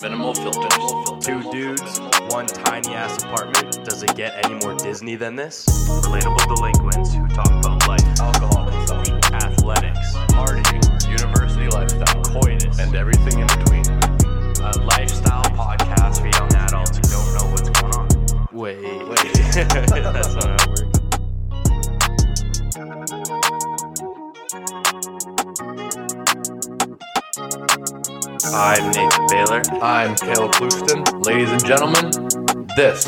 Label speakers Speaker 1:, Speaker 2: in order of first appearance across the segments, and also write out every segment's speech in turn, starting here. Speaker 1: Minimal filters.
Speaker 2: Two dudes, one tiny ass apartment. Does it get any more Disney than this? Relatable delinquents who talk about life, alcohol consumption, athletics, partying, university lifestyle, coitus,
Speaker 1: And everything in between.
Speaker 2: a lifestyle podcast for young adults who don't know what's going on. Wait, wait. That's not how it works. I'm Nathan Baylor.
Speaker 1: I'm Caleb Ploufton. Ladies and gentlemen, this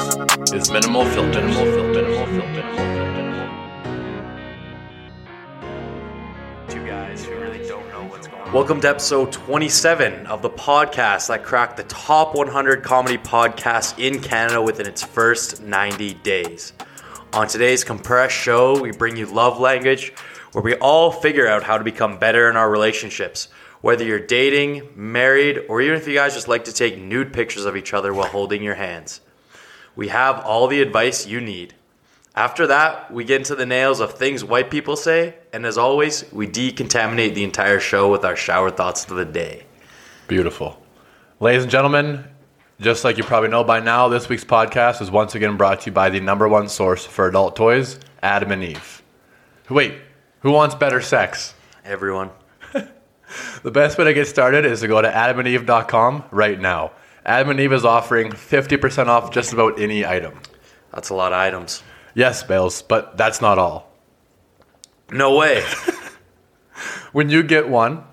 Speaker 1: is Minimal Filter. Minimal Filter. Minimal Filter.
Speaker 2: two guys who really don't know what's going on. Welcome to episode 27 of the podcast that cracked the top 100 comedy podcasts in Canada within its first 90 days. On today's compressed show, we bring you love language where we all figure out how to become better in our relationships. Whether you're dating, married, or even if you guys just like to take nude pictures of each other while holding your hands, we have all the advice you need. After that, we get into the nails of things white people say, and as always, we decontaminate the entire show with our shower thoughts of the day.
Speaker 1: Beautiful. Ladies and gentlemen, just like you probably know by now, this week's podcast is once again brought to you by the number one source for adult toys, Adam and Eve. Wait, who wants better sex?
Speaker 2: Everyone,
Speaker 1: The best way to get started is to go to adamandeve.com right now. Adam and Eve is offering 50% off just about any item.
Speaker 2: that's a lot of items.
Speaker 1: Yes, Bales, but that's not all.
Speaker 2: No way.
Speaker 1: When you get one,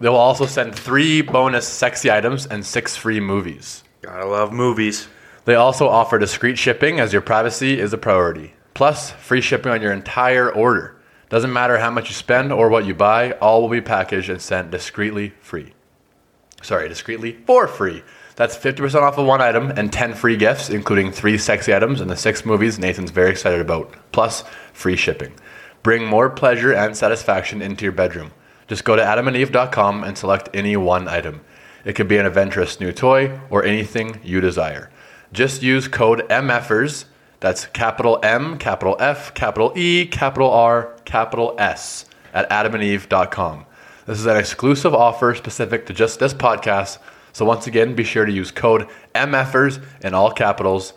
Speaker 1: they will also send three bonus sexy items and six free movies.
Speaker 2: Gotta love movies.
Speaker 1: They also offer discreet shipping as your privacy is a priority. Plus, free shipping on your entire order. Doesn't matter how much you spend or what you buy, all will be packaged and sent discreetly free. Sorry, discreetly for free. That's 50% off of one item and 10 free gifts, including three sexy items and the six movies Nathan's very excited about, plus free shipping. Bring more pleasure and satisfaction into your bedroom. Just go to adamandeve.com and select any one item. It could be an adventurous new toy or anything you desire. Just use code MFers, that's capital M, capital F, capital E, capital R, capital S, at adamandeve.com. This is an exclusive offer specific to just this podcast. So once again, be sure to use code MFers in all capitals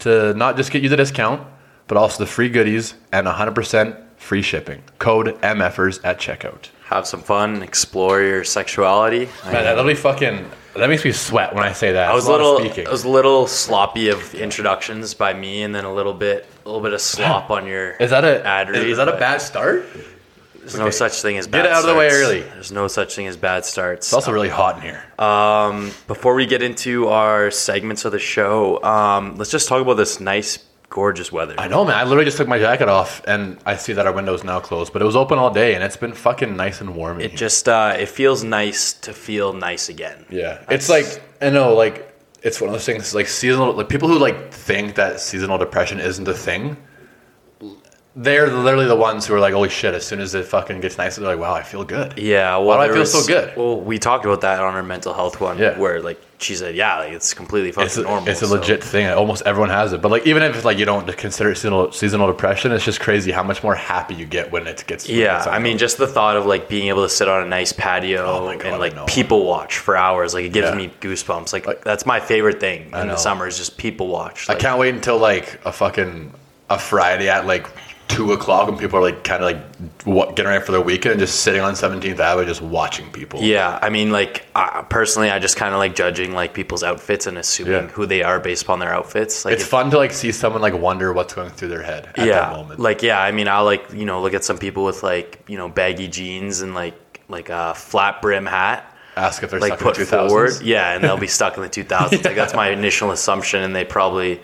Speaker 1: to not just get you the discount, but also the free goodies and 100% free shipping. Code MFers at checkout.
Speaker 2: Have some fun, explore your sexuality.
Speaker 1: Man,
Speaker 2: I,
Speaker 1: that really fucking that makes me sweat when I say that.
Speaker 2: I was
Speaker 1: It's
Speaker 2: a
Speaker 1: lot of
Speaker 2: little,
Speaker 1: speaking.
Speaker 2: I was a little sloppy of introductions by me, and then a little bit, a little bit of slop on your.
Speaker 1: is that a
Speaker 2: ad read,
Speaker 1: is that a
Speaker 2: but
Speaker 1: bad start?
Speaker 2: There's no such thing as bad
Speaker 1: Get it out of the way
Speaker 2: starts.
Speaker 1: early.
Speaker 2: There's no such thing as bad starts.
Speaker 1: It's also really hot in here.
Speaker 2: Before we get into our segments of the show, um, let's just talk about this nice, gorgeous weather.
Speaker 1: I know, man. I literally just took my jacket off, and I see that our window's now closed. But it was open all day, and it's been fucking nice and warm. In
Speaker 2: It
Speaker 1: here.
Speaker 2: just uh, it feels nice to feel nice again.
Speaker 1: Yeah, it's like I know, like it's one of those things. Like seasonal, like people who like think that seasonal depression isn't a thing. They're literally the ones who are like, "Holy shit!" As soon as it fucking gets nice, they're like, "Wow, I feel good."
Speaker 2: Yeah. Well,
Speaker 1: Why do I
Speaker 2: there
Speaker 1: feel so good?
Speaker 2: Well, we talked about that on our mental health one,
Speaker 1: Yeah.
Speaker 2: where like she said, yeah, like, it's completely fucking
Speaker 1: It's a,
Speaker 2: normal.
Speaker 1: it's a
Speaker 2: so-
Speaker 1: legit thing. Almost everyone has it. But like, even if like you don't consider it seasonal seasonal depression, it's just crazy how much more happy you get when it gets. when
Speaker 2: Yeah,
Speaker 1: it's
Speaker 2: I mean, just the thought of like being able to sit on a nice patio
Speaker 1: Oh my God,
Speaker 2: and like
Speaker 1: I know.
Speaker 2: people watch for hours, like it gives
Speaker 1: Yeah.
Speaker 2: me goosebumps. Like, that's my favorite thing in
Speaker 1: know.
Speaker 2: the summer is just people watch.
Speaker 1: I
Speaker 2: Like,
Speaker 1: can't wait until like a fucking a Friday at like two o'clock when people are like kind of like what, getting ready for their weekend and just sitting on Seventeenth Avenue just watching people.
Speaker 2: Yeah, I mean, like I personally, I just kind of like judging like people's outfits and assuming
Speaker 1: Yeah.
Speaker 2: who they are based upon their outfits. Like,
Speaker 1: It's
Speaker 2: if-
Speaker 1: fun to like see someone like wonder what's going through their head at
Speaker 2: yeah,
Speaker 1: that moment.
Speaker 2: like yeah, I mean, I like you know look at some people with like you know baggy jeans and like like a flat brim hat.
Speaker 1: Ask if they're
Speaker 2: Like
Speaker 1: stuck
Speaker 2: put
Speaker 1: in the 2000s.
Speaker 2: forward, yeah, and they'll be stuck in the 2000s. Like that's my initial assumption, and they probably,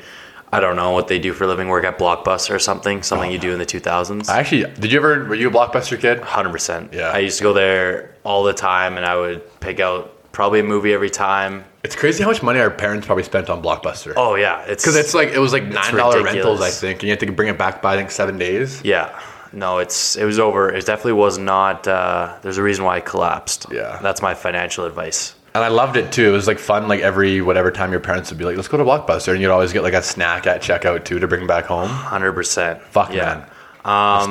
Speaker 2: I don't know what they do for a living, work at Blockbuster or something, something you do in the 2000s.
Speaker 1: Actually, did you ever were you a Blockbuster kid?
Speaker 2: Hundred percent.
Speaker 1: Yeah.
Speaker 2: I used to go there all the time, and I would pick out probably a movie every time.
Speaker 1: It's crazy how much money our parents probably spent on Blockbuster.
Speaker 2: Oh yeah, it's
Speaker 1: Because it's like it was like nine dollar
Speaker 2: ridiculous.
Speaker 1: rentals, I think, and you have to bring it back by I think seven days.
Speaker 2: Yeah. No, it's it was over. It definitely was not. Uh, there's a reason why it collapsed.
Speaker 1: Yeah.
Speaker 2: That's my financial advice.
Speaker 1: And I loved it too. It was like fun, like every whatever time your parents would be like, "Let's go to Blockbuster," and you'd always get like a snack at checkout too to bring back home.
Speaker 2: Hundred percent.
Speaker 1: Fuck
Speaker 2: yeah. Um,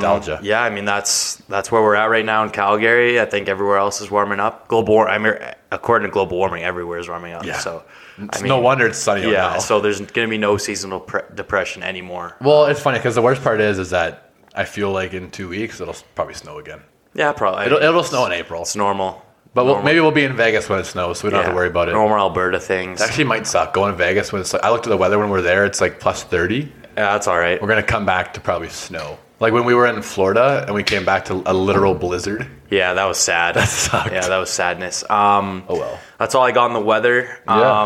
Speaker 1: man. Nostalgia.
Speaker 2: Yeah, I mean that's that's where we're at right now in Calgary. I think everywhere else is warming up. Global. war- I mean, according to global warming, everywhere is warming up.
Speaker 1: Yeah.
Speaker 2: So
Speaker 1: It's no wonder it's sunny out
Speaker 2: Yeah,
Speaker 1: now.
Speaker 2: so there's going to be no seasonal pre- depression anymore.
Speaker 1: well, it's funny because the worst part is, is that I feel like in two weeks it'll s- probably snow again.
Speaker 2: Yeah, probably.
Speaker 1: It'll, it'll snow in April,
Speaker 2: It's normal.
Speaker 1: but we'll,
Speaker 2: normal.
Speaker 1: maybe we'll be in Vegas when it snows, so we don't have
Speaker 2: Yeah.
Speaker 1: to worry about it.
Speaker 2: Normal Alberta things.
Speaker 1: It actually might suck going to Vegas when it's like I looked at the weather when we we're there. It's like plus thirty.
Speaker 2: yeah, that's all right.
Speaker 1: We're gonna come back to probably snow. Like when we were in Florida and we came back to a literal blizzard.
Speaker 2: Yeah, that was sad. That
Speaker 1: sucked.
Speaker 2: Yeah, that was sadness. Um,
Speaker 1: Oh well.
Speaker 2: That's all I got on the weather.
Speaker 1: Yeah.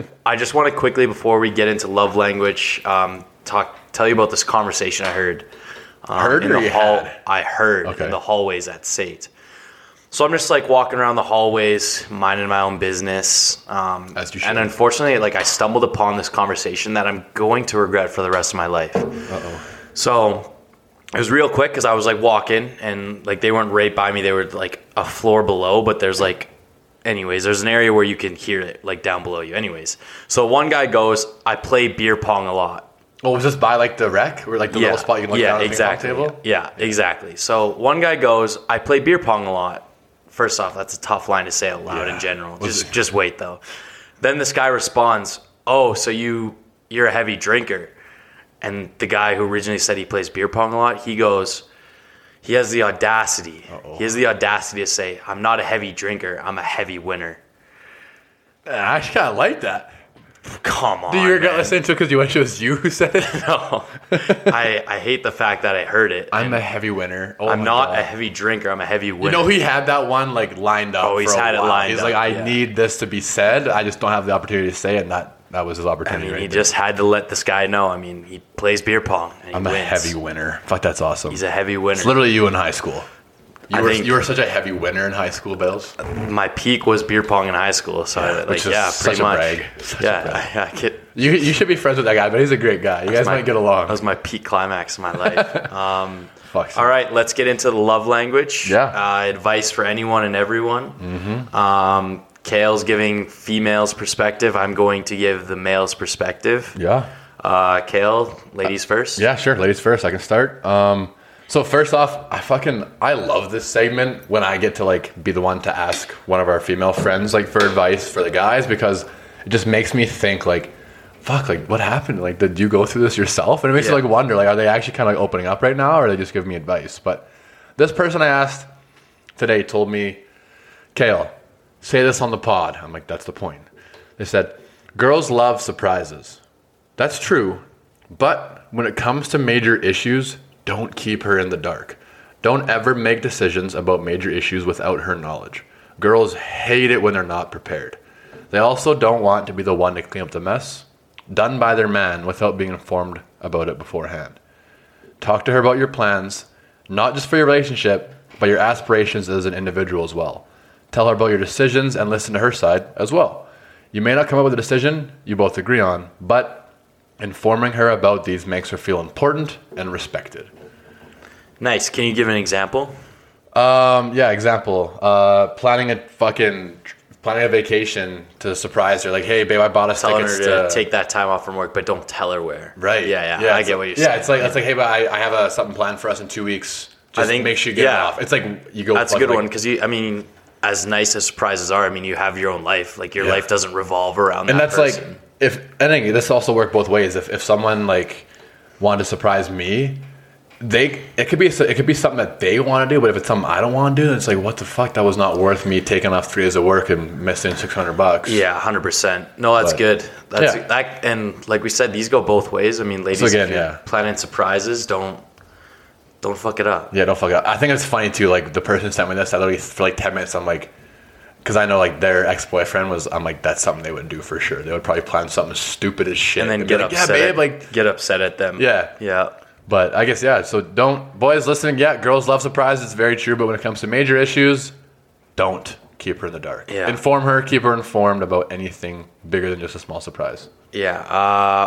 Speaker 2: Um, I just want to quickly, before we get into love language, um, talk tell you about this conversation I heard. um,
Speaker 1: Heard
Speaker 2: in
Speaker 1: or
Speaker 2: the
Speaker 1: you
Speaker 2: hall.
Speaker 1: had?
Speaker 2: I heard
Speaker 1: Okay.
Speaker 2: in the hallways at Sate. So I'm just like walking around the hallways, minding my own business. Um,
Speaker 1: As you should.
Speaker 2: and unfortunately, like I stumbled upon this conversation that I'm going to regret for the rest of my life. So it was real quick because I was like walking and like they weren't right by me. They were like a floor below, but there's like, anyways, there's an area where you can hear it like down below you. Anyways, so one guy goes, I play beer pong a lot.
Speaker 1: Well, was this by like the wreck or like the little spot you can look down at the ping pong table?
Speaker 2: Yeah, exactly. So one guy goes, I play beer pong a lot. First off, that's a tough line to say out loud
Speaker 1: Yeah.
Speaker 2: in general.
Speaker 1: Was
Speaker 2: Just
Speaker 1: it-
Speaker 2: just wait though. Then this guy responds, Oh, so you you're a heavy drinker. And the guy who originally said he plays beer pong a lot, he goes, he has the audacity. He has the audacity to say, I'm not a heavy drinker, I'm a heavy winner.
Speaker 1: Uh, I actually kind of like that. Oh,
Speaker 2: Come on.
Speaker 1: You were
Speaker 2: man.
Speaker 1: listening to it because you wish it was you who said it.
Speaker 2: No. I, I hate the fact that I heard it.
Speaker 1: I'm a heavy winner. Oh
Speaker 2: I'm
Speaker 1: my
Speaker 2: not
Speaker 1: God.
Speaker 2: a heavy drinker. I'm a heavy winner.
Speaker 1: You know, he had that one like lined up.
Speaker 2: Oh, he's
Speaker 1: for a
Speaker 2: had it
Speaker 1: while.
Speaker 2: lined
Speaker 1: He's
Speaker 2: up,
Speaker 1: like, I
Speaker 2: yeah.
Speaker 1: need this to be said. I just don't have the opportunity to say it. And that that was his
Speaker 2: I
Speaker 1: opportunity.
Speaker 2: mean,
Speaker 1: right
Speaker 2: he
Speaker 1: there.
Speaker 2: just had to let this guy know. I mean, he plays beer pong. And he
Speaker 1: I'm a
Speaker 2: wins.
Speaker 1: heavy winner. Fuck, that's awesome.
Speaker 2: He's a heavy winner.
Speaker 1: It's literally you in high school. You
Speaker 2: I
Speaker 1: were
Speaker 2: think-
Speaker 1: you were such a heavy winner in high school, Bills.
Speaker 2: My peak was beer pong in high school. So, I, like,
Speaker 1: which is
Speaker 2: yeah, pretty
Speaker 1: such a
Speaker 2: much.
Speaker 1: brag. Such a
Speaker 2: yeah,
Speaker 1: brag.
Speaker 2: I, I get.
Speaker 1: You you should be friends with that guy, but he's a great guy. You guys
Speaker 2: my-
Speaker 1: might get along.
Speaker 2: That was my peak climax of my life. um,
Speaker 1: Fuck.
Speaker 2: all right, let's get into the love language.
Speaker 1: Yeah. Mm-hmm.
Speaker 2: Uh, advice for anyone and everyone. Um, Kale's giving females perspective. I'm going to give the males perspective.
Speaker 1: Yeah.
Speaker 2: Uh, Kale, ladies first.
Speaker 1: Yeah, sure. Ladies first. I can start. Um, so first off, I fucking I love this segment when I get to like be the one to ask one of our female friends like for advice for the guys because it just makes me think like, fuck, like what happened? Like, did you go through this yourself? And it makes
Speaker 2: Yeah.
Speaker 1: me like wonder like, are they actually kind of like opening up right now, or are they just giving me advice? But this person I asked today told me, Kale, say this on the pod. I'm like, that's the point. They said, girls love surprises. That's true, but when it comes to major issues, don't keep her in the dark. Don't ever make decisions about major issues without her knowledge. Girls hate it when they're not prepared. They also don't want to be the one to clean up the mess done by their man without being informed about it beforehand. Talk to her about your plans, not just for your relationship, but your aspirations as an individual as well. Tell her about your decisions and listen to her side as well. You may not come up with a decision you both agree on, but informing her about these makes her feel important and respected.
Speaker 2: Nice. Can you give an example?
Speaker 1: Um, yeah, example. Uh, planning a fucking planning a vacation to surprise her, like, hey babe, I bought us
Speaker 2: tell her
Speaker 1: tickets
Speaker 2: to,
Speaker 1: to
Speaker 2: take that time off from work, but don't tell her where.
Speaker 1: Right.
Speaker 2: Yeah, yeah. I
Speaker 1: it's
Speaker 2: get
Speaker 1: like-
Speaker 2: what you're
Speaker 1: yeah,
Speaker 2: saying.
Speaker 1: it's like it's like, hey, but I, I have a, something planned for us in two weeks. Just
Speaker 2: think-
Speaker 1: make sure you get
Speaker 2: yeah.
Speaker 1: it off. It's like you go.
Speaker 2: that's a
Speaker 1: fucking,
Speaker 2: good
Speaker 1: like,
Speaker 2: one because you. I mean, as nice as surprises are, I mean, you have your own life. Like your
Speaker 1: Yeah.
Speaker 2: life doesn't revolve around.
Speaker 1: and
Speaker 2: that
Speaker 1: that's
Speaker 2: person.
Speaker 1: like if and I think this also worked both ways. If if someone like wanted to surprise me, they it could be it could be something that they want to do, but if it's something I don't want to do, then it's like what the fuck that was not worth me taking off three days of work and missing six hundred bucks.
Speaker 2: Yeah, hundred percent. No, that's
Speaker 1: But-
Speaker 2: good. That's
Speaker 1: Yeah.
Speaker 2: that, and like we said, these go both ways. I mean, ladies,
Speaker 1: again,
Speaker 2: if you're
Speaker 1: yeah.
Speaker 2: planning surprises, don't don't fuck it up.
Speaker 1: Yeah, don't fuck it up. I think it's funny too. Like the person sent me this, I literally for like ten minutes, I'm like, because I know like their ex boyfriend was. I'm like, that's something they would do for sure. They would probably plan something stupid as shit,
Speaker 2: And then
Speaker 1: They'd be
Speaker 2: get
Speaker 1: like,
Speaker 2: upset.
Speaker 1: Yeah,
Speaker 2: at-
Speaker 1: babe. Like,
Speaker 2: get upset at them.
Speaker 1: Yeah.
Speaker 2: yeah.
Speaker 1: but I guess yeah. So don't, boys listening. Yeah, girls love surprises. It's very true. But when it comes to major issues, don't keep her in the dark.
Speaker 2: Yeah.
Speaker 1: Inform her. Keep her informed about anything bigger than just a small surprise.
Speaker 2: Yeah. Uh,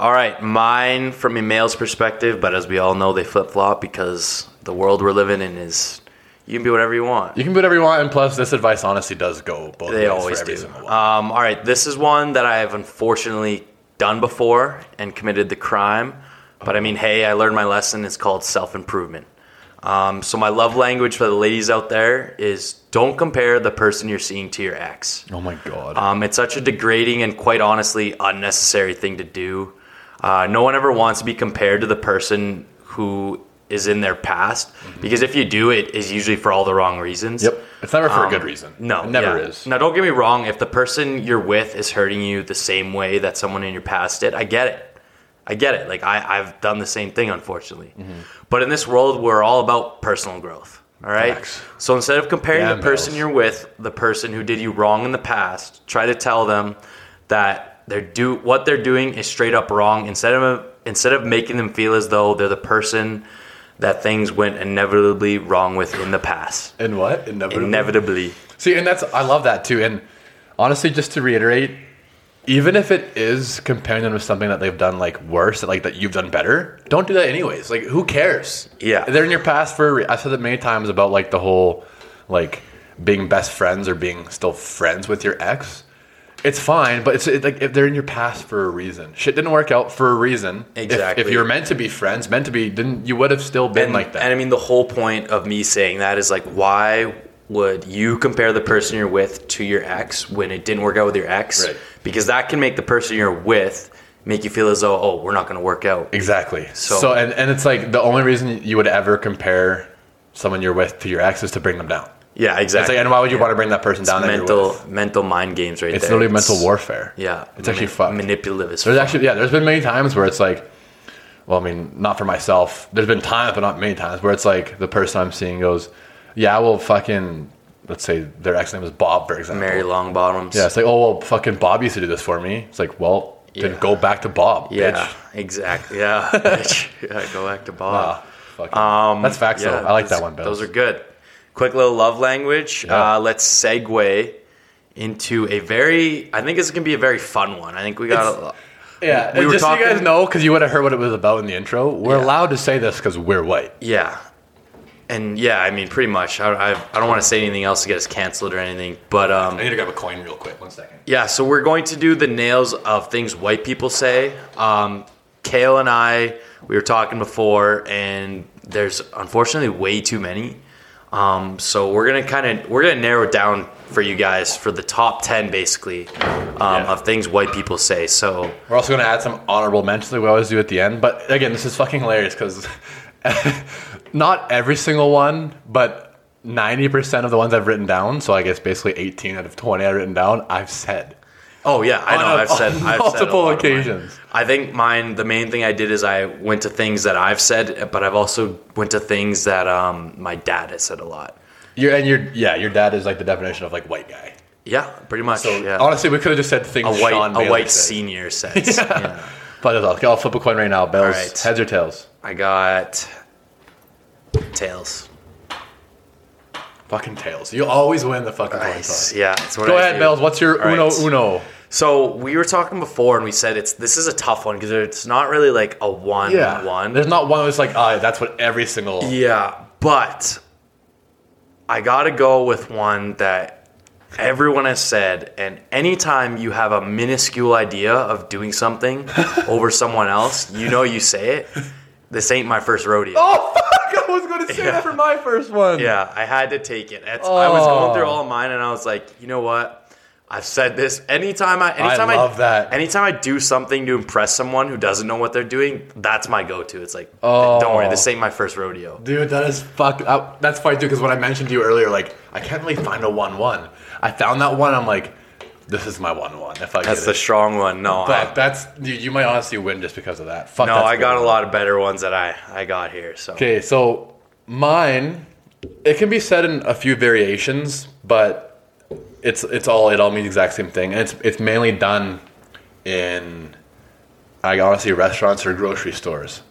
Speaker 2: all right. Mine from a male's perspective, but as we all know, they flip flop because the world we're living in is you can be whatever you want.
Speaker 1: You can do whatever you want, and plus, this advice honestly does go both ways
Speaker 2: They
Speaker 1: for
Speaker 2: always
Speaker 1: every
Speaker 2: do.
Speaker 1: single one.
Speaker 2: Um, all right. This is one that I have unfortunately done before and committed the crime. But I mean, hey, I learned my lesson. It's called self improvement. Um, so my love language for the ladies out there is don't compare the person you're seeing to your ex.
Speaker 1: Oh my god.
Speaker 2: Um, it's such a degrading and quite honestly unnecessary thing to do. Uh, no one ever wants to be compared to the person who is in their past because if you do, it is usually for all the wrong reasons.
Speaker 1: Mm-hmm. yep. It's never for a
Speaker 2: Um,
Speaker 1: good reason.
Speaker 2: No,
Speaker 1: It never
Speaker 2: yeah.
Speaker 1: is.
Speaker 2: Now, don't get me wrong. If the person you're with is hurting you the same way that someone in your past did, I get it. I get it. Like I, I've done the same thing, unfortunately.
Speaker 1: Mm-hmm.
Speaker 2: But in this world, we're all about personal growth. All right.
Speaker 1: Facts.
Speaker 2: So instead of comparing
Speaker 1: Yeah,
Speaker 2: the person
Speaker 1: Mills.
Speaker 2: you're with, the person who did you wrong in the past, try to tell them that they're do what they're doing is straight up wrong. Instead of instead of making them feel as though they're the person that things went inevitably wrong with in the past.
Speaker 1: And what? Inevitably.
Speaker 2: Inevitably.
Speaker 1: See, and that's I love that too. And honestly, just to reiterate, even if it is comparing them with something that they've done like worse, like that you've done better, don't do that anyways. Like, who cares?
Speaker 2: Yeah.
Speaker 1: they're in your past for. a re- I've said that many times about like the whole like being best friends or being still friends with your ex. It's fine, but it's it, like if they're in your past for a reason. Shit didn't work out for a reason. If- If,
Speaker 2: Exactly.
Speaker 1: you were meant to be friends, meant to be, didn't you would have still been
Speaker 2: and,
Speaker 1: like that?
Speaker 2: And I mean, the whole point of me saying that is like, why would you compare the person you're with to your ex when it didn't work out with your ex?
Speaker 1: Right.
Speaker 2: Because that can make the person you're with make you feel as though, oh, we're not going to work out.
Speaker 1: Exactly.
Speaker 2: So-
Speaker 1: So, and, and it's like the only reason you would ever compare someone you're with to your ex is to bring them down.
Speaker 2: Yeah,
Speaker 1: It's
Speaker 2: exactly.
Speaker 1: like, and why would you want to bring that person down? that you're
Speaker 2: mental,
Speaker 1: with?
Speaker 2: mental mind games right
Speaker 1: It's
Speaker 2: there.
Speaker 1: literally mental warfare.
Speaker 2: Yeah.
Speaker 1: It's actually
Speaker 2: Mani-
Speaker 1: fucked.
Speaker 2: Manipulative as
Speaker 1: There's
Speaker 2: fuck.
Speaker 1: actually yeah. There's been many times where it's like, well, I mean, not for myself. There's been times, but not many times where it's like the person I'm seeing goes, yeah, well, fucking, let's say their ex name is Bob, for example.
Speaker 2: Mary Longbottoms.
Speaker 1: Yeah, it's like, oh well, fucking Bob used to do this for me. It's like, well,
Speaker 2: Yeah.
Speaker 1: then go back to Bob.
Speaker 2: Yeah,
Speaker 1: bitch.
Speaker 2: exactly. Yeah. bitch. yeah, go back to Bob.
Speaker 1: Ah, fucking. That's facts though. I like
Speaker 2: those-
Speaker 1: that one, Bill.
Speaker 2: Um, Those are good. Quick little love language.
Speaker 1: Yeah.
Speaker 2: Uh, let's segue into a very. I think it's gonna be a very fun one. I think we got. A,
Speaker 1: Yeah,
Speaker 2: We
Speaker 1: and
Speaker 2: were
Speaker 1: just so you guys
Speaker 2: talking-
Speaker 1: know, because you would have heard what it was about in the intro. We're
Speaker 2: Yeah.
Speaker 1: allowed to say this because we're white.
Speaker 2: yeah, and yeah. I mean, pretty much. I, I, I don't want to say anything else to get us canceled or anything. But um,
Speaker 1: need to grab a coin real quick. One second.
Speaker 2: Yeah, so we're going to do the nails of things white people say. Um, Kale and I, we were talking before, and there's unfortunately way too many. Um, so we're gonna kind of we're gonna narrow it down for you guys for the top ten basically um, of things white people say. So
Speaker 1: We're also going to add some honorable mentions like we always do at the end. But again, this is fucking hilarious because not every single one, but 90% of the ones I've written down, so I guess basically 18 out of 20 I've written down, I've said.
Speaker 2: Oh yeah, I know.
Speaker 1: On a-
Speaker 2: I've said
Speaker 1: on
Speaker 2: I've said a
Speaker 1: multiple
Speaker 2: lot of mine.
Speaker 1: occasions.
Speaker 2: I think mine. The main thing I did is I went to things that I've said, but I've also went to things that um, my dad has said a lot.
Speaker 1: You're, and you're, yeah, your dad is like the definition of like white guy.
Speaker 2: Yeah, pretty much.
Speaker 1: So
Speaker 2: yeah.
Speaker 1: honestly, we could have just said things
Speaker 2: a
Speaker 1: Sean
Speaker 2: white a
Speaker 1: Bailey
Speaker 2: white
Speaker 1: said.
Speaker 2: senior says. yeah.
Speaker 1: But it's all- okay, I'll flip a coin right now. Bells,
Speaker 2: right.
Speaker 1: heads or tails?
Speaker 2: I got tails.
Speaker 1: Fucking tails. You always win the fucking coin toss.
Speaker 2: Nice. Yeah, it's what
Speaker 1: Go
Speaker 2: I
Speaker 1: ahead,
Speaker 2: do.
Speaker 1: Bells. What's your
Speaker 2: All
Speaker 1: uno
Speaker 2: right.
Speaker 1: uno?
Speaker 2: So we were talking before, and we said it's this is a tough one because it's not really like a one one.
Speaker 1: There's not one that's like, ah, that's what every single.
Speaker 2: Yeah, but I gotta go with one that everyone has said, and anytime you have a minuscule idea of doing something over someone else, you know you say it. This ain't my first rodeo.
Speaker 1: Oh fuck! I was gonna say
Speaker 2: Yeah.
Speaker 1: that for my first one.
Speaker 2: Yeah, I had to take it. That's, I was going
Speaker 1: Oh.
Speaker 2: through all of mine, and I was like, you know what? I've said this anytime I anytime I,
Speaker 1: love that.
Speaker 2: Anytime I do something to impress someone who doesn't know what they're doing, that's my go-to. It's like,
Speaker 1: Oh.
Speaker 2: don't worry, this ain't my first rodeo.
Speaker 1: Dude, that is fuck. I, that's funny too, because when I mentioned to you earlier, like I can't really find a one-one. I found that one. I'm like, this is my one-one. If I
Speaker 2: That's
Speaker 1: get
Speaker 2: the
Speaker 1: it.
Speaker 2: strong one. No, I,
Speaker 1: Fuck, that's dude. You might honestly win just because of that. Fuck.
Speaker 2: no,
Speaker 1: that's
Speaker 2: I got
Speaker 1: good.
Speaker 2: a lot of better ones that I I got here. So
Speaker 1: Okay, so mine, it can be said in a few variations, but it's it's all it all means the exact same thing, and it's it's mainly done in, I honestly restaurants or grocery stores,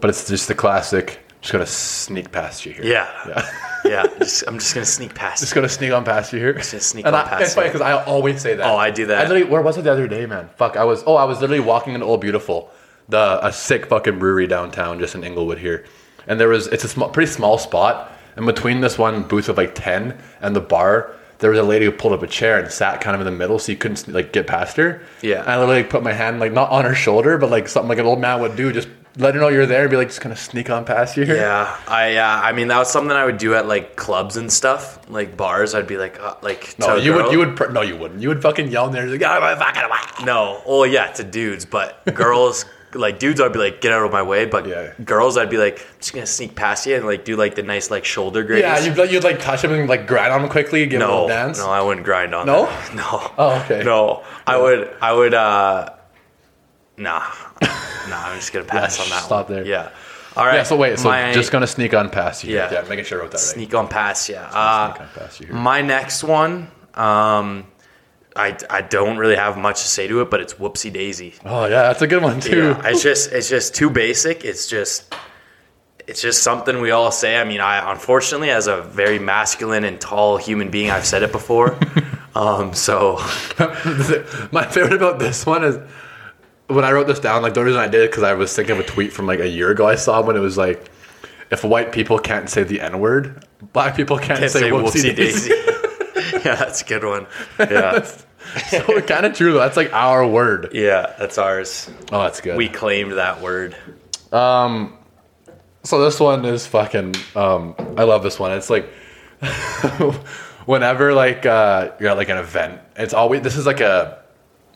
Speaker 1: but it's just the classic. Just gonna sneak past you here.
Speaker 2: yeah, yeah.
Speaker 1: yeah.
Speaker 2: just- I'm just gonna sneak past.
Speaker 1: Just gonna sneak on past you here. Just
Speaker 2: gonna sneak
Speaker 1: and
Speaker 2: on
Speaker 1: I,
Speaker 2: past
Speaker 1: It's funny
Speaker 2: you.
Speaker 1: because I always say that.
Speaker 2: Oh, I do that.
Speaker 1: I literally, where was it the other day, man? Fuck, I was. Oh, I was literally walking in Old Beautiful, the a sick fucking brewery downtown, just in Inglewood here, and there was it's a small, pretty small spot, and between this one booth of like ten and the bar, there was a lady who pulled up a chair and sat kind of in the middle, so you couldn't sne- like get past her.
Speaker 2: Yeah.
Speaker 1: And I literally put my hand like not on her shoulder, but like something like an old man would do, just let her know you're there. Be like, just gonna sneak on past you. here.
Speaker 2: Yeah, I uh, I mean that was something I would do at like clubs and stuff, like bars. I'd be like, uh, like
Speaker 1: No,
Speaker 2: to a
Speaker 1: Oh, you
Speaker 2: girl.
Speaker 1: would. You would. Pr- no, you wouldn't. You would fucking yell in there. Like, "Ah, my fucking wife."
Speaker 2: No, well, yeah, to dudes, but girls, like dudes, I'd be like, get out of my way. But
Speaker 1: Yeah.
Speaker 2: girls, I'd be like, I'm just gonna sneak past you and like do like the nice like shoulder graze.
Speaker 1: Yeah, you'd, like- you'd like touch him and like grind on him quickly, give him a
Speaker 2: no,
Speaker 1: little dance.
Speaker 2: no, I wouldn't grind on.
Speaker 1: No?
Speaker 2: that. no.
Speaker 1: Oh, okay.
Speaker 2: No, I would, I would. uh Nah, nah, I'm just gonna pass
Speaker 1: Yeah,
Speaker 2: on that.
Speaker 1: stop
Speaker 2: one.
Speaker 1: there.
Speaker 2: Yeah. All right.
Speaker 1: Yeah. So wait. So
Speaker 2: my-
Speaker 1: just gonna sneak on past you.
Speaker 2: Yeah.
Speaker 1: Yeah. Making sure I wrote that right.
Speaker 2: sneak on past you.
Speaker 1: gonna
Speaker 2: Uh,
Speaker 1: sneak on past you here.
Speaker 2: my next one, um, I, I don't really have much to say to it, but it's whoopsie daisy.
Speaker 1: Oh yeah, that's a good one too.
Speaker 2: Yeah, it's just it's just too basic. It's just it's just something we all say. I mean, I unfortunately, as a very masculine and tall human being, I've said it before. um, so
Speaker 1: My favorite about this one is when I wrote this down. Like the reason I did it because I was thinking of a tweet from like a year ago I saw when it was like, if white people can't say the N word, black people can't,
Speaker 2: can't
Speaker 1: say,
Speaker 2: say
Speaker 1: whoopsie,
Speaker 2: whoopsie
Speaker 1: daisy.
Speaker 2: daisy. yeah, that's a good one. Yeah,
Speaker 1: so kind of true though. That's like our word.
Speaker 2: yeah, that's ours.
Speaker 1: Oh, that's good.
Speaker 2: We claimed that word.
Speaker 1: So this one is fucking. Um, I love this one. It's like whenever like uh, you're at like an event, it's always this is like a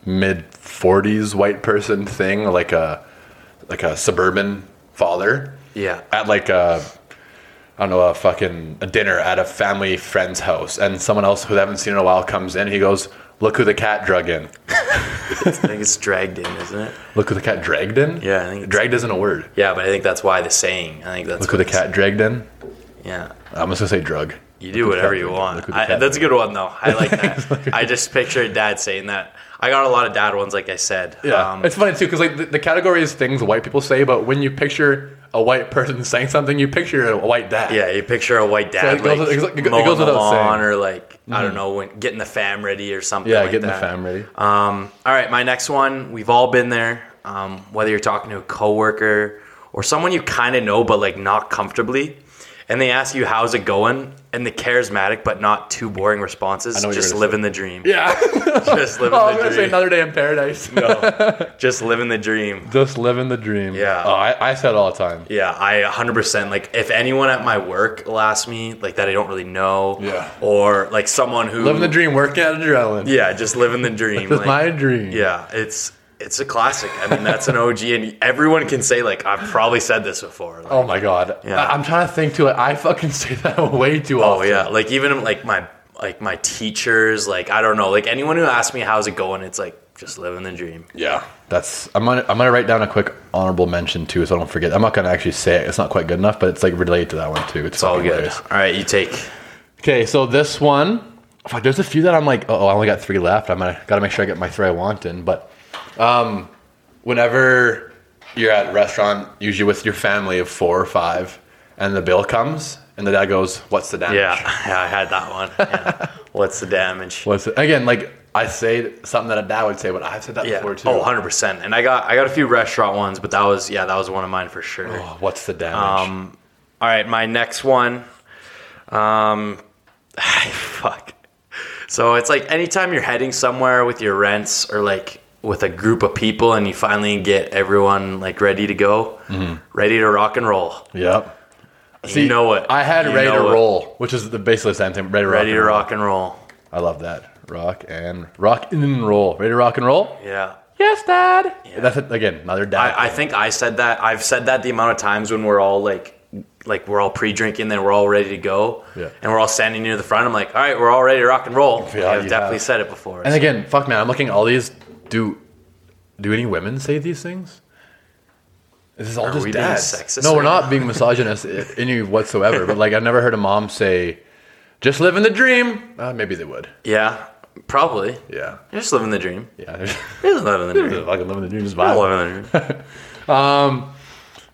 Speaker 1: mid '40s white person thing, like a like a suburban father
Speaker 2: Yeah,
Speaker 1: at like a I don't know a fucking a dinner at a family friend's house, and someone else who they haven't seen in a while comes in. He goes, "Look who the cat drug in.
Speaker 2: I think it's dragged in, isn't it?
Speaker 1: Look who the cat dragged in.
Speaker 2: Yeah, I think it's-
Speaker 1: dragged isn't a word.
Speaker 2: Yeah, but I think that's why the saying. I think that's
Speaker 1: Look who the
Speaker 2: what it's-
Speaker 1: cat dragged in.
Speaker 2: Yeah.
Speaker 1: I'm just gonna say drug.
Speaker 2: You do whatever you want. I, that's a good one though. I like that. I just pictured dad saying that. I got a lot of dad ones, like I said.
Speaker 1: Yeah,
Speaker 2: Um,
Speaker 1: it's funny too because like the, the category is things white people say, but when you picture a white person saying something, you picture a white dad.
Speaker 2: yeah. You picture a white dad
Speaker 1: it goes-
Speaker 2: like
Speaker 1: it goes- it goes
Speaker 2: mowing the
Speaker 1: without
Speaker 2: lawn,
Speaker 1: saying. Mm-hmm.
Speaker 2: or like I don't know, when, getting the fam ready or something.
Speaker 1: yeah,
Speaker 2: like
Speaker 1: getting
Speaker 2: that.
Speaker 1: the fam ready.
Speaker 2: Um, all right, my next one. We've all been there. Um, whether you're talking to a coworker or someone you kind of know but like not comfortably, and they ask you how's it going, and the charismatic but not too boring responses,
Speaker 1: know what you're
Speaker 2: just
Speaker 1: gonna
Speaker 2: living the dream.
Speaker 1: yeah. oh,
Speaker 2: Just living
Speaker 1: I'm
Speaker 2: the
Speaker 1: gonna
Speaker 2: dream.
Speaker 1: say another day in paradise.
Speaker 2: no, just living the dream.
Speaker 1: Just living the dream.
Speaker 2: Yeah.
Speaker 1: Oh, I, I say it all the time.
Speaker 2: Yeah, I 100% like if anyone at my work will ask me like that I don't really know
Speaker 1: Yeah.
Speaker 2: or like someone who
Speaker 1: Living the dream, working out adrenaline.
Speaker 2: Yeah, just living the dream.
Speaker 1: This is
Speaker 2: like-
Speaker 1: my dream.
Speaker 2: yeah, it's it's a classic. I mean, that's an OG and everyone can say like I've probably said this before. Like,
Speaker 1: Oh my god.
Speaker 2: Yeah.
Speaker 1: I, am trying to think to it. I fucking say that way too
Speaker 2: oh
Speaker 1: often.
Speaker 2: yeah, like even like my like my teachers, like I don't know, like anyone who asks me how's it going, it's like just living the dream.
Speaker 1: Yeah. That's I'm gonna I'm gonna write down a quick honorable mention too, so I don't forget. I'm not gonna actually say it. It's not quite good enough, but it's like related to that one too. It's,
Speaker 2: It's all
Speaker 1: fucking
Speaker 2: good.
Speaker 1: hilarious.
Speaker 2: All right, you take.
Speaker 1: Okay, so this one, fuck, there's a few that I'm like, oh, I only got three left. I'm gonna gotta make sure I get my three I want in. But um, whenever you're at a restaurant, usually with your family of four or five, and the bill comes, and the dad goes, "What's the damage?"
Speaker 2: Yeah, yeah, I had that one. Yeah. What's the damage?
Speaker 1: What's the, again like I say something that a dad would say, but I've said that
Speaker 2: Yeah.
Speaker 1: before too.
Speaker 2: Oh, 100%. And I got I got a few restaurant ones, but that was yeah, that was one of mine for sure.
Speaker 1: Oh, what's the damage?
Speaker 2: Um all right, my next one um fuck. So it's like anytime you're heading somewhere with your rents or like with a group of people and you finally get everyone like ready to go, ready to rock and roll.
Speaker 1: yep. Mm-hmm. See,
Speaker 2: know it.
Speaker 1: I had
Speaker 2: You
Speaker 1: ready to
Speaker 2: know it.
Speaker 1: roll, which is the basically the same thing. Ready to
Speaker 2: Ready to
Speaker 1: rock.
Speaker 2: rock and roll.
Speaker 1: and roll. I love that. Rock and rock and roll. Ready to rock and roll.
Speaker 2: Yeah.
Speaker 1: Yes, Dad. That's it, again another dad.
Speaker 2: I, I think I said that. I've said that the amount of times when we're all like, like we're all pre-drinking, then we're all ready to go,
Speaker 1: Yeah.
Speaker 2: and we're all standing near the front. I'm like, all right, we're all ready to rock and roll.
Speaker 1: Yeah,
Speaker 2: I've
Speaker 1: you
Speaker 2: definitely
Speaker 1: have.
Speaker 2: said it before.
Speaker 1: and again, fuck man, I'm looking at all these. Do do any women say these things? Is this all just
Speaker 2: we being
Speaker 1: dads?
Speaker 2: sexist
Speaker 1: no, we're
Speaker 2: right
Speaker 1: not being misogynist i- any whatsoever. But like, I've never heard a mom say, "Just living the dream." Uh, maybe they would.
Speaker 2: yeah, probably.
Speaker 1: Yeah,
Speaker 2: You're just living the dream.
Speaker 1: yeah. They're just
Speaker 2: You're just living the dream.
Speaker 1: they're fucking living the dream. Just
Speaker 2: You're
Speaker 1: vibe.
Speaker 2: living the dream.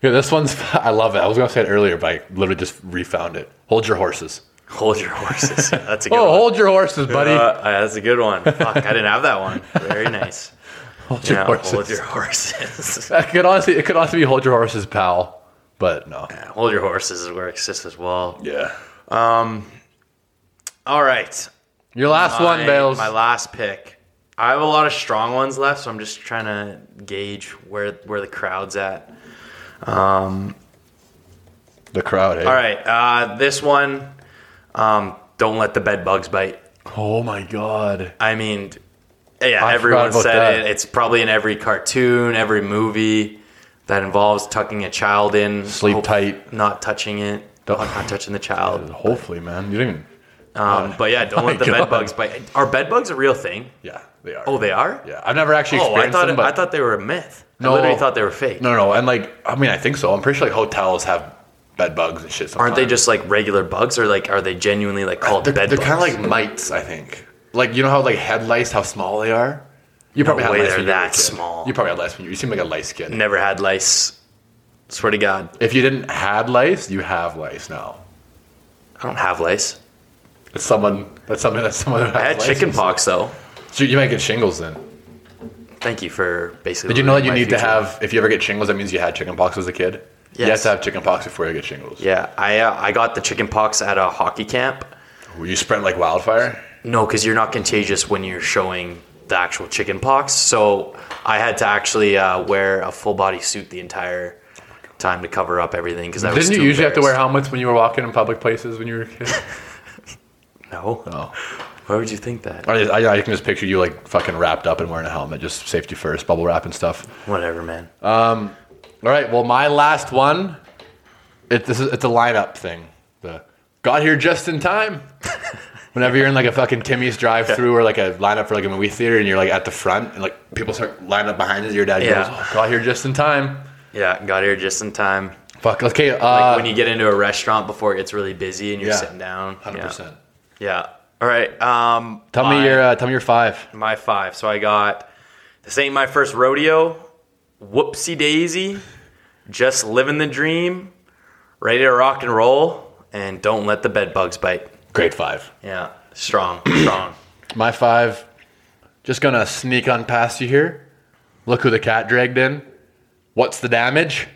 Speaker 1: Yeah, this one's. I love it. I was gonna say it earlier, but I literally just refound it. Hold your horses.
Speaker 2: Hold your horses. Yeah, that's a good
Speaker 1: Oh,
Speaker 2: one.
Speaker 1: hold your horses, buddy.
Speaker 2: Uh, yeah, that's a good one. Fuck, I didn't have that one. Very nice.
Speaker 1: hold your
Speaker 2: Yeah,
Speaker 1: horses.
Speaker 2: hold your horses.
Speaker 1: That could honestly, it could honestly be hold your horses, pal. But no.
Speaker 2: hold your horses works just as well.
Speaker 1: Yeah.
Speaker 2: All right.
Speaker 1: Your last
Speaker 2: my-
Speaker 1: one, Bales.
Speaker 2: My last pick. I have a lot of strong ones left, so I'm just trying to gauge where where the crowd's at.
Speaker 1: The crowd, eh?
Speaker 2: All right, uh, this one. Um, don't let the bed bugs bite.
Speaker 1: Oh my god.
Speaker 2: I mean, yeah,
Speaker 1: I
Speaker 2: everyone
Speaker 1: forgot about
Speaker 2: said
Speaker 1: that.
Speaker 2: it. It's probably in every cartoon, every movie that involves tucking a child in.
Speaker 1: Sleep tight.
Speaker 2: Not touching it.
Speaker 1: Don't-
Speaker 2: Not, not touching the child.
Speaker 1: Hopefully, man. You didn't even.
Speaker 2: Um, but yeah, don't let
Speaker 1: Oh my
Speaker 2: the bed
Speaker 1: God.
Speaker 2: bugs bite. Are bed bugs a real thing?
Speaker 1: Yeah, they are.
Speaker 2: Oh, they are.
Speaker 1: yeah. I've never actually
Speaker 2: Oh, I
Speaker 1: experienced
Speaker 2: thought
Speaker 1: them, but
Speaker 2: I thought they were a myth.
Speaker 1: No.
Speaker 2: I literally thought they were fake.
Speaker 1: no, no. And like, I mean, I think so. I'm pretty sure like hotels have bed bugs and shit. Sometimes.
Speaker 2: Aren't they just like regular bugs, or like are they genuinely like called
Speaker 1: They're,
Speaker 2: bed
Speaker 1: they're
Speaker 2: bugs?
Speaker 1: kind of like mites, I think. Like you know how like head lice, how small they are. You probably
Speaker 2: way
Speaker 1: had lice
Speaker 2: they're
Speaker 1: when you were a
Speaker 2: that
Speaker 1: kid.
Speaker 2: small.
Speaker 1: You probably had lice when you. You seem like a lice kid.
Speaker 2: never had lice. Swear to God,
Speaker 1: If you didn't had lice, you have lice now.
Speaker 2: I don't have lice.
Speaker 1: It's someone. That's something that someone. Who
Speaker 2: I had chicken pox though.
Speaker 1: So you might get shingles then.
Speaker 2: Thank you for basically.
Speaker 1: Did you know that you
Speaker 2: my
Speaker 1: need to
Speaker 2: future.
Speaker 1: have? If you ever get shingles, that means you had chicken pox as a kid. You have
Speaker 2: Yes.
Speaker 1: to have chicken pox before you get shingles.
Speaker 2: Yeah, I uh, I got the chicken pox at a hockey camp.
Speaker 1: Were you spread like wildfire?
Speaker 2: No, because you're not contagious when you're showing the actual chicken pox. So I had to actually uh, wear a full body suit the entire time to cover up everything. Because I was
Speaker 1: Didn't you
Speaker 2: too
Speaker 1: usually have to wear
Speaker 2: embarrassed.
Speaker 1: helmets when you were walking in public places when you were a kid?
Speaker 2: No,
Speaker 1: no.
Speaker 2: why would you think that?
Speaker 1: I, I, I can just picture you like fucking wrapped up and wearing a helmet, just safety first, bubble wrap and stuff.
Speaker 2: Whatever, man.
Speaker 1: uh, All right. Well, my last one. It, this is, it's a lineup thing. The got here just in time. Whenever you're in like a fucking Timmy's drive-through or like a lineup for like a movie theater, and you're like at the front, and like people start lining up behind you, your dad
Speaker 2: Yeah.
Speaker 1: goes, oh, "Got here just in time."
Speaker 2: yeah, got here just in time.
Speaker 1: Fuck. Okay. Uh,
Speaker 2: Like when you get into a restaurant before it gets really busy and you're
Speaker 1: yeah.
Speaker 2: sitting down.
Speaker 1: hundred percent.
Speaker 2: Yeah. yeah. All right. Um,
Speaker 1: Tell
Speaker 2: I-
Speaker 1: me your uh, tell me your five.
Speaker 2: my five. So I got this ain't my first rodeo. Whoopsie daisy, just living the dream, ready to rock and roll, and don't let the bed bugs bite.
Speaker 1: Great five.
Speaker 2: Yeah, strong, strong.
Speaker 1: My five. Just gonna sneak on past you here. Look who the cat dragged in. What's the damage?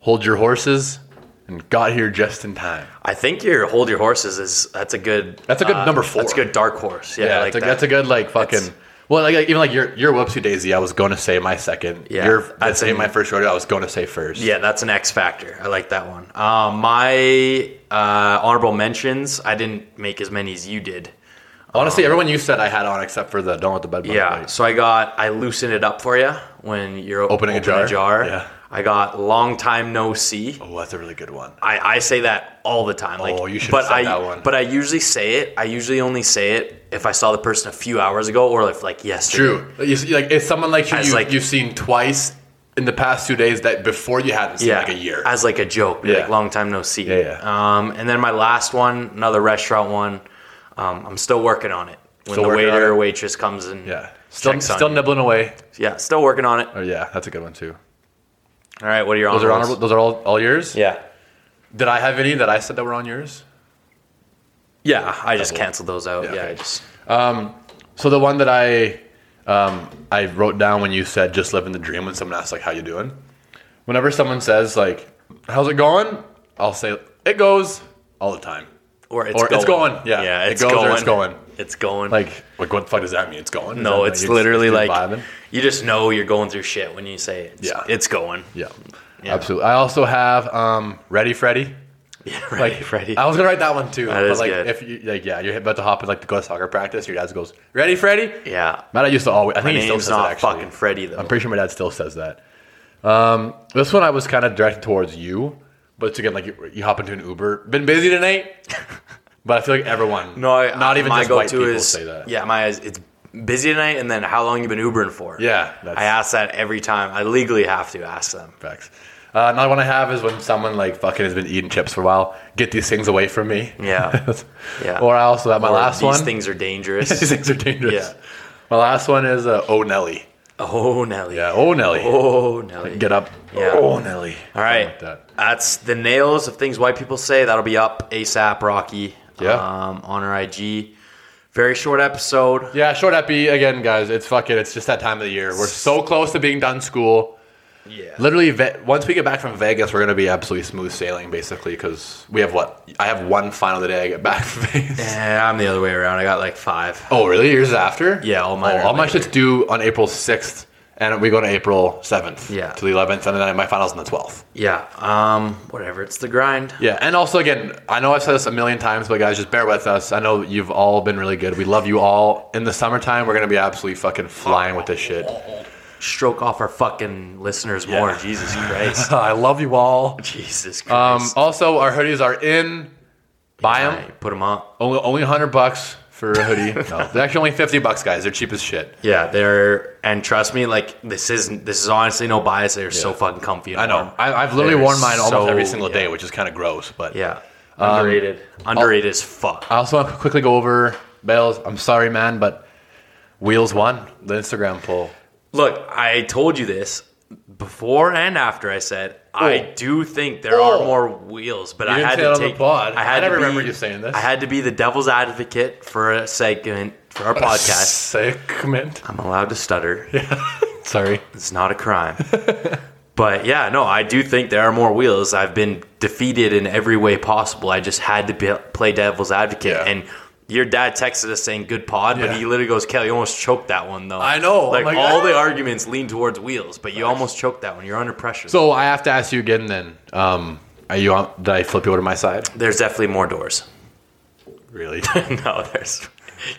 Speaker 1: Hold your horses. And got here just in time.
Speaker 2: I think your hold your horses is that's a good uh,
Speaker 1: That's a good number four.
Speaker 2: That's a good dark horse. Yeah,
Speaker 1: Yeah,
Speaker 2: I like
Speaker 1: that's, a,
Speaker 2: that.
Speaker 1: that's a good like fucking.
Speaker 2: That's-
Speaker 1: well, like, like, even like your your whoopsie daisy, I was going to say my second.
Speaker 2: Yeah,
Speaker 1: your, I'd
Speaker 2: that's
Speaker 1: say
Speaker 2: an-
Speaker 1: my first rodeo. I was going to say first.
Speaker 2: Yeah, that's an X factor. I like that one. Um, my uh, honorable mentions. I didn't make as many as you did.
Speaker 1: Honestly, everyone you said I had on except for the don't let the bed bug
Speaker 2: Yeah.
Speaker 1: bite.
Speaker 2: So I got I loosen it up for you when you're
Speaker 1: Opening a
Speaker 2: opening
Speaker 1: jar?
Speaker 2: A jar.
Speaker 1: Yeah.
Speaker 2: I got long time no see.
Speaker 1: Oh, that's a really good one.
Speaker 2: I, I say that all the time. Like,
Speaker 1: Oh, you should
Speaker 2: but
Speaker 1: have said
Speaker 2: I,
Speaker 1: that one.
Speaker 2: But I usually say it. I usually only say it if I saw the person a few hours ago or if like yesterday.
Speaker 1: True. Like, you see- like it's someone like you,
Speaker 2: As,
Speaker 1: you
Speaker 2: like-
Speaker 1: you've seen twice in the past two days that before you hadn't seen
Speaker 2: Yeah.
Speaker 1: like a year.
Speaker 2: As like a joke. Be Like
Speaker 1: Yeah.
Speaker 2: long time no see.
Speaker 1: Yeah,
Speaker 2: Um, and then my last one, another restaurant one. Um, I'm still working on it. When
Speaker 1: Still
Speaker 2: the
Speaker 1: working on
Speaker 2: waiter or
Speaker 1: it?
Speaker 2: waitress comes and
Speaker 1: yeah. Still,
Speaker 2: checks on
Speaker 1: still
Speaker 2: you.
Speaker 1: nibbling away.
Speaker 2: yeah, still working on it.
Speaker 1: Oh yeah, that's a good one too.
Speaker 2: All right, what are your
Speaker 1: Those
Speaker 2: honorable?
Speaker 1: are honorable. Those are all, all yours.
Speaker 2: Yeah.
Speaker 1: Did I have any that I said that were on yours?
Speaker 2: Yeah, I just canceled those out.
Speaker 1: Yeah,
Speaker 2: Yeah,
Speaker 1: okay.
Speaker 2: I just
Speaker 1: So the one that I um, I wrote down when you said just living the dream when someone asks like how you doing. Whenever someone says like how's it going, I'll say it goes all the time.
Speaker 2: or it's
Speaker 1: Or
Speaker 2: going.
Speaker 1: it's going, yeah.
Speaker 2: yeah,
Speaker 1: It
Speaker 2: it's
Speaker 1: goes
Speaker 2: going.
Speaker 1: or it's going.
Speaker 2: It's going.
Speaker 1: Like like what the fuck does that mean? It's going. Is that,
Speaker 2: no, it's
Speaker 1: you're just-
Speaker 2: literally
Speaker 1: you're
Speaker 2: like
Speaker 1: vibing?
Speaker 2: you just know you're going through shit when you say it's,
Speaker 1: Yeah.
Speaker 2: it's going.
Speaker 1: yeah,
Speaker 2: Yeah.
Speaker 1: absolutely. I also have um, ready Freddy.
Speaker 2: Yeah,
Speaker 1: Like
Speaker 2: right, Freddie.
Speaker 1: I was gonna write that one too.
Speaker 2: That
Speaker 1: but
Speaker 2: is
Speaker 1: like
Speaker 2: good.
Speaker 1: if you like yeah, you're about to hop in like to go to soccer practice. Your dad goes ready Freddy.
Speaker 2: yeah,
Speaker 1: My dad used to always. I think
Speaker 2: my
Speaker 1: he still
Speaker 2: name's
Speaker 1: says
Speaker 2: not
Speaker 1: it, actually.
Speaker 2: fucking Freddie though.
Speaker 1: I'm pretty sure my dad still says that. Um, this one I was kind of directed towards you, but it's again like you, you hop into an Uber. Been busy tonight, but I feel like everyone.
Speaker 2: no, I,
Speaker 1: not even
Speaker 2: my
Speaker 1: just
Speaker 2: go-to
Speaker 1: white people
Speaker 2: is
Speaker 1: say that.
Speaker 2: yeah, my is it's busy tonight, and then how long you been Ubering for?
Speaker 1: Yeah, that's
Speaker 2: I ask that every time. I legally have to ask them.
Speaker 1: facts. Uh, another one I have is when someone like fucking has been eating chips for a while. Get these things away from me.
Speaker 2: Yeah, yeah.
Speaker 1: Or I also have my
Speaker 2: Or
Speaker 1: last
Speaker 2: these
Speaker 1: one.
Speaker 2: things are
Speaker 1: these
Speaker 2: dangerous.
Speaker 1: things are dangerous.
Speaker 2: Yeah.
Speaker 1: My last one is uh, oh Nelly.
Speaker 2: oh Nelly.
Speaker 1: Yeah, oh Nelly.
Speaker 2: Oh Nelly.
Speaker 1: Get up.
Speaker 2: Yeah.
Speaker 1: Oh Nelly.
Speaker 2: All right.
Speaker 1: Something like that.
Speaker 2: That's the nails of things white people say. That'll be up ASAP, Rocky.
Speaker 1: Yeah.
Speaker 2: Um, on our IG. Very short episode.
Speaker 1: Yeah, short epi again, guys. It's fucking. It's just that time of the year. We're so close to being done school.
Speaker 2: Yeah.
Speaker 1: Literally, ve- once we get back from Vegas, we're gonna be absolutely smooth sailing, basically, because we have what? I have one final the day I get back from Vegas.
Speaker 2: Yeah, I'm the other way around. I got like five.
Speaker 1: Oh, really? Yours is after?
Speaker 2: Yeah, all mine
Speaker 1: Oh,
Speaker 2: are
Speaker 1: all my
Speaker 2: later.
Speaker 1: shit's due on April sixth, and we go to April 7th
Speaker 2: Yeah.
Speaker 1: to the 11th, and then my finals on the 12th.
Speaker 2: Yeah. Um. Whatever. It's the grind.
Speaker 1: Yeah, and also again, I know I've said this a million times, but guys, just bear with us. I know you've all been really good. We love you all. In the summertime, we're gonna be absolutely fucking flying with this shit.
Speaker 2: Stroke off our fucking listeners more. Jesus Christ.
Speaker 1: I love you all.
Speaker 2: Jesus
Speaker 1: Um,
Speaker 2: Christ.
Speaker 1: also, our hoodies are in. Buy
Speaker 2: All
Speaker 1: them.
Speaker 2: right, put them up.
Speaker 1: Only only 100 bucks for a hoodie. No, they're actually only 50 bucks, guys. They're cheap as shit.
Speaker 2: Yeah, they're and trust me, like this isn't this is honestly no bias. They're so fucking comfy. and
Speaker 1: I know.
Speaker 2: warm.
Speaker 1: I, I've literally
Speaker 2: They're
Speaker 1: worn mine almost
Speaker 2: so-
Speaker 1: every single day,
Speaker 2: yeah.
Speaker 1: which is kind of gross, but
Speaker 2: Yeah.
Speaker 1: Um,
Speaker 2: Underrated. Underrated as fuck.
Speaker 1: I also want to quickly go over Bales. I'm sorry, man, but Wheels won the Instagram poll.
Speaker 2: Look, I told you this before and after. I said I
Speaker 1: Oh.
Speaker 2: do think there
Speaker 1: Oh.
Speaker 2: are more wheels, but I
Speaker 1: didn't
Speaker 2: had
Speaker 1: say
Speaker 2: to
Speaker 1: it on the
Speaker 2: take.
Speaker 1: pod.
Speaker 2: I had
Speaker 1: I
Speaker 2: to
Speaker 1: never
Speaker 2: be-
Speaker 1: remember you saying this.
Speaker 2: I had to be the devil's advocate for a segment for our podcast.
Speaker 1: Sick comment.
Speaker 2: I'm allowed to stutter.
Speaker 1: Sorry.
Speaker 2: It's not a crime. but yeah, no, I do think there are more wheels. I've been defeated in every way possible. I just had to be, play devil's advocate.
Speaker 1: Yeah.
Speaker 2: And your dad texted us saying good pod,
Speaker 1: Yeah.
Speaker 2: but he literally goes, Kelly, you almost choked that one though.
Speaker 1: I know. I'm
Speaker 2: Like
Speaker 1: like,
Speaker 2: all
Speaker 1: "Ah."
Speaker 2: the arguments lean towards wheels, but you almost choked that one. You're under pressure.
Speaker 1: So I have to ask you again then. Um, are you on, did I flip you over to my side?
Speaker 2: there's definitely more doors.
Speaker 1: Really?
Speaker 2: no, there's.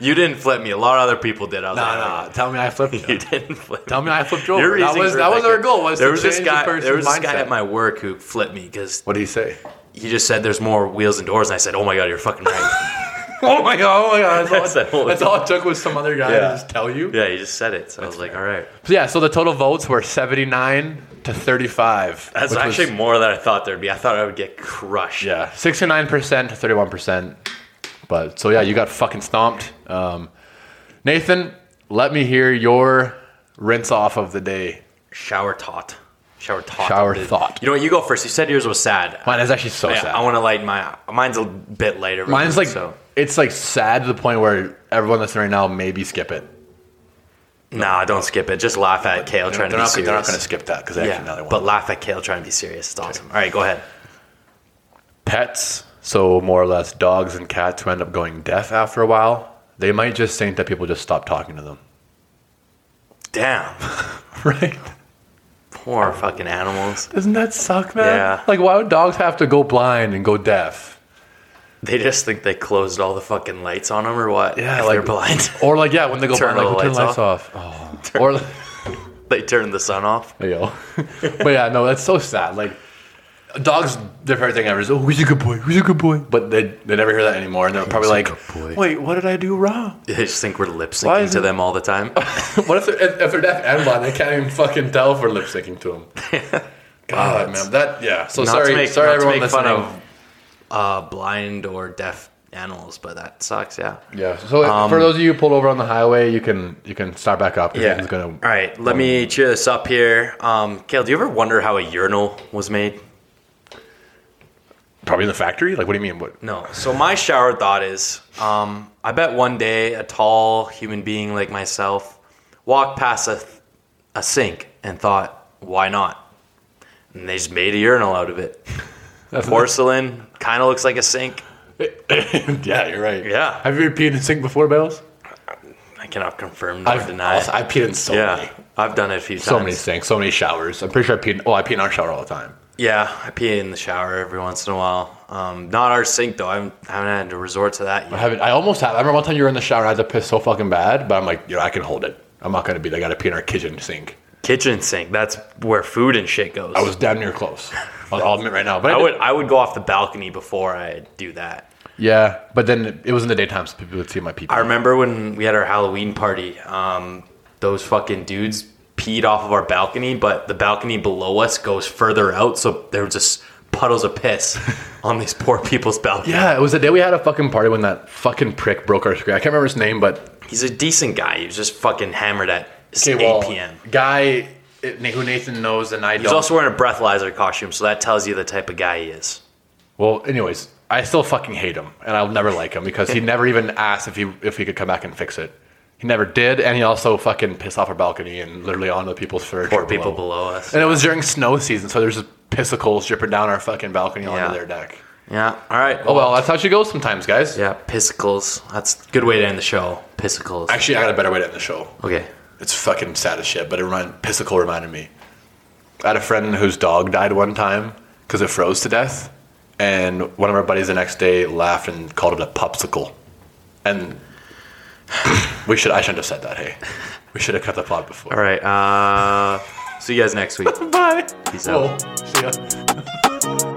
Speaker 2: You didn't flip me. A lot of other people did. I was
Speaker 1: No,
Speaker 2: like, "Ah,
Speaker 1: no. Tell me I flipped
Speaker 2: You
Speaker 1: you.
Speaker 2: didn't flip.
Speaker 1: Tell me I flipped you over.
Speaker 2: Your
Speaker 1: That
Speaker 2: reasons
Speaker 1: was-
Speaker 2: were
Speaker 1: that was
Speaker 2: like
Speaker 1: our
Speaker 2: a-
Speaker 1: goal, was
Speaker 2: there
Speaker 1: to
Speaker 2: was this
Speaker 1: change the
Speaker 2: guy. there
Speaker 1: person's
Speaker 2: was this guy
Speaker 1: mindset.
Speaker 2: at my work who flipped me because
Speaker 1: What did he say?
Speaker 2: he just said there's more wheels and doors, and I said, "Oh my god, you're fucking right."
Speaker 1: Oh my god! Oh my god! That's,
Speaker 2: That's
Speaker 1: all,
Speaker 2: all-
Speaker 1: that's all it took was some other guy to
Speaker 2: Yeah.
Speaker 1: just tell you.
Speaker 2: yeah, he just said it. So I was like, "All right."
Speaker 1: So yeah. So the total votes were seventy nine to thirty five.
Speaker 2: That's actually more than I thought there'd be. I thought I would get crushed.
Speaker 1: yeah, sixty nine percent to thirty one percent. But so yeah, you got fucking stomped. Um, Nathan, let me hear your rinse off of the day.
Speaker 2: Shower tot. Shower tot.
Speaker 1: Shower thought.
Speaker 2: You know what? You go first. You said yours was sad.
Speaker 1: Mine is actually so
Speaker 2: I,
Speaker 1: sad.
Speaker 2: Oh, I want to light my. Mine's a bit lighter. right
Speaker 1: Mine's
Speaker 2: now,
Speaker 1: like
Speaker 2: so.
Speaker 1: it's like sad to the point where everyone listening right now maybe skip it.
Speaker 2: Nah, don't skip it. Just laugh at Kale
Speaker 1: They're
Speaker 2: trying to be
Speaker 1: not,
Speaker 2: serious.
Speaker 1: they're not going to skip that because they actually know they
Speaker 2: Yeah,
Speaker 1: want.
Speaker 2: but laugh at Kale trying to be serious. It's awesome. All right, go ahead.
Speaker 1: pets, so more or less dogs and cats who end up going deaf after a while, they might just think that people just stop talking to them.
Speaker 2: Damn.
Speaker 1: Right?
Speaker 2: Poor fucking animals.
Speaker 1: Doesn't that suck, man?
Speaker 2: Yeah.
Speaker 1: Like, why would dogs have to go blind and go deaf?
Speaker 2: They just think they closed all the fucking lights on them or what?
Speaker 1: Yeah,
Speaker 2: If
Speaker 1: like-
Speaker 2: they're blind.
Speaker 1: Or like, yeah, when they go
Speaker 2: Turn
Speaker 1: blind, like,
Speaker 2: all
Speaker 1: we turn
Speaker 2: the
Speaker 1: the lights
Speaker 2: lights
Speaker 1: off. Oh. Or,
Speaker 2: they turned the sun off.
Speaker 1: yo. but yeah, no, that's so sad. Like, dogs, their favorite thing ever is, oh, who's a good boy? Who's a good boy? But they, they never hear that anymore, and they're probably
Speaker 2: a
Speaker 1: like,
Speaker 2: good boy?
Speaker 1: wait, what did I do wrong?
Speaker 2: They just think we're lip
Speaker 1: Why
Speaker 2: syncing
Speaker 1: is
Speaker 2: to
Speaker 1: it-
Speaker 2: them all the time.
Speaker 1: what if they're, if, if they're deaf and blind? They can't even fucking tell if we're lip syncing to them. God, man, that yeah. So
Speaker 2: Not
Speaker 1: sorry,
Speaker 2: to make,
Speaker 1: sorry,
Speaker 2: not
Speaker 1: everyone
Speaker 2: to make
Speaker 1: listening.
Speaker 2: fun of uh, blind or deaf animals, but that sucks. Yeah.
Speaker 1: yeah. So for those of you pulled over on the highway, you can you can start back up. 'cause Nathan's
Speaker 2: All
Speaker 1: gonna.
Speaker 2: right. Let me cheer this up here. Um, Kale, do you ever wonder how a urinal was made?
Speaker 1: Probably in the factory. Like, what do you mean? What?
Speaker 2: No. So my shower thought is, um, I bet one day a tall human being like myself walked past a, a sink and thought, why not? And they just made a urinal out of it. Porcelain, kind of looks like a sink.
Speaker 1: yeah, you're right.
Speaker 2: Yeah.
Speaker 1: Have you ever peed in a sink before, Bells?
Speaker 2: I cannot confirm nor deny.
Speaker 1: also- I peed in so
Speaker 2: yeah,
Speaker 1: many,
Speaker 2: I've done it a few
Speaker 1: so
Speaker 2: times.
Speaker 1: many sinks, so many showers. I'm pretty sure I peed. Oh, I pee in our shower all the time.
Speaker 2: Yeah, I pee in the shower every once in a while. Um, not our sink though. I haven't, I haven't had to resort to that
Speaker 1: I
Speaker 2: yet.
Speaker 1: haven't. I almost have. I remember one time you were in the shower. and I had to piss so fucking bad, but I'm like, you know, I can hold it. I'm not gonna be. I gotta pee in our kitchen sink.
Speaker 2: Kitchen sink. That's where food and shit goes.
Speaker 1: I was damn near close. I'll, I'll admit right now. But
Speaker 2: I
Speaker 1: did-
Speaker 2: would I would go off the balcony before I do that.
Speaker 1: Yeah, but then it was in the daytime, so people would see my people.
Speaker 2: I remember when we had our Halloween party, um, those fucking dudes peed off of our balcony, but the balcony below us goes further out, so there were just puddles of piss on these poor people's balcony.
Speaker 1: yeah, it was the day we had a fucking party when that fucking prick broke our screen. I can't remember his name, but
Speaker 2: He's a decent guy. He was just fucking hammered at 8 p.m.
Speaker 1: guy it- who Nathan knows and I
Speaker 2: He's
Speaker 1: don't.
Speaker 2: also wearing a breathalyzer costume, so that tells you the type of guy he is.
Speaker 1: well, anyways, I still fucking hate him, and I'll never like him because he never even asked if he if he could come back and fix it. He never did, and he also fucking pissed off our balcony and literally onto people's furniture.
Speaker 2: Poor people below us.
Speaker 1: And it was during snow season, so there's just pissicles dripping down our fucking balcony
Speaker 2: Yeah.
Speaker 1: onto their deck.
Speaker 2: Yeah. All right.
Speaker 1: Oh well, that's how she goes sometimes, guys.
Speaker 2: Yeah. Pissicles. That's a good way to end the show. Pissicles.
Speaker 1: Actually, I got a better way to end the show.
Speaker 2: Okay.
Speaker 1: It's fucking sad as shit, but it remind, Pissicle reminded me. I had a friend whose dog died one time because it froze to death, and one of our buddies the next day laughed and called it a popsicle. And we should I shouldn't have said that. Hey, we should have cut the pod before.
Speaker 2: All right. Uh, see you guys next week.
Speaker 1: Bye.
Speaker 2: Peace out.
Speaker 1: Whoa. See ya.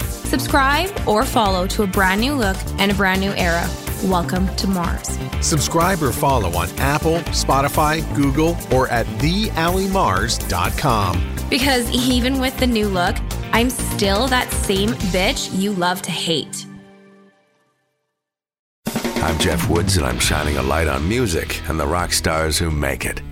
Speaker 3: Subscribe or follow to a brand new look and a brand new era. Welcome to Mars.
Speaker 4: Subscribe or follow on Apple, Spotify, Google, or at theallymars.com.
Speaker 3: Because even with the new look, I'm still that same bitch you love to hate.
Speaker 5: I'm Jeff Woods, and I'm shining a light on music and the rock stars who make it.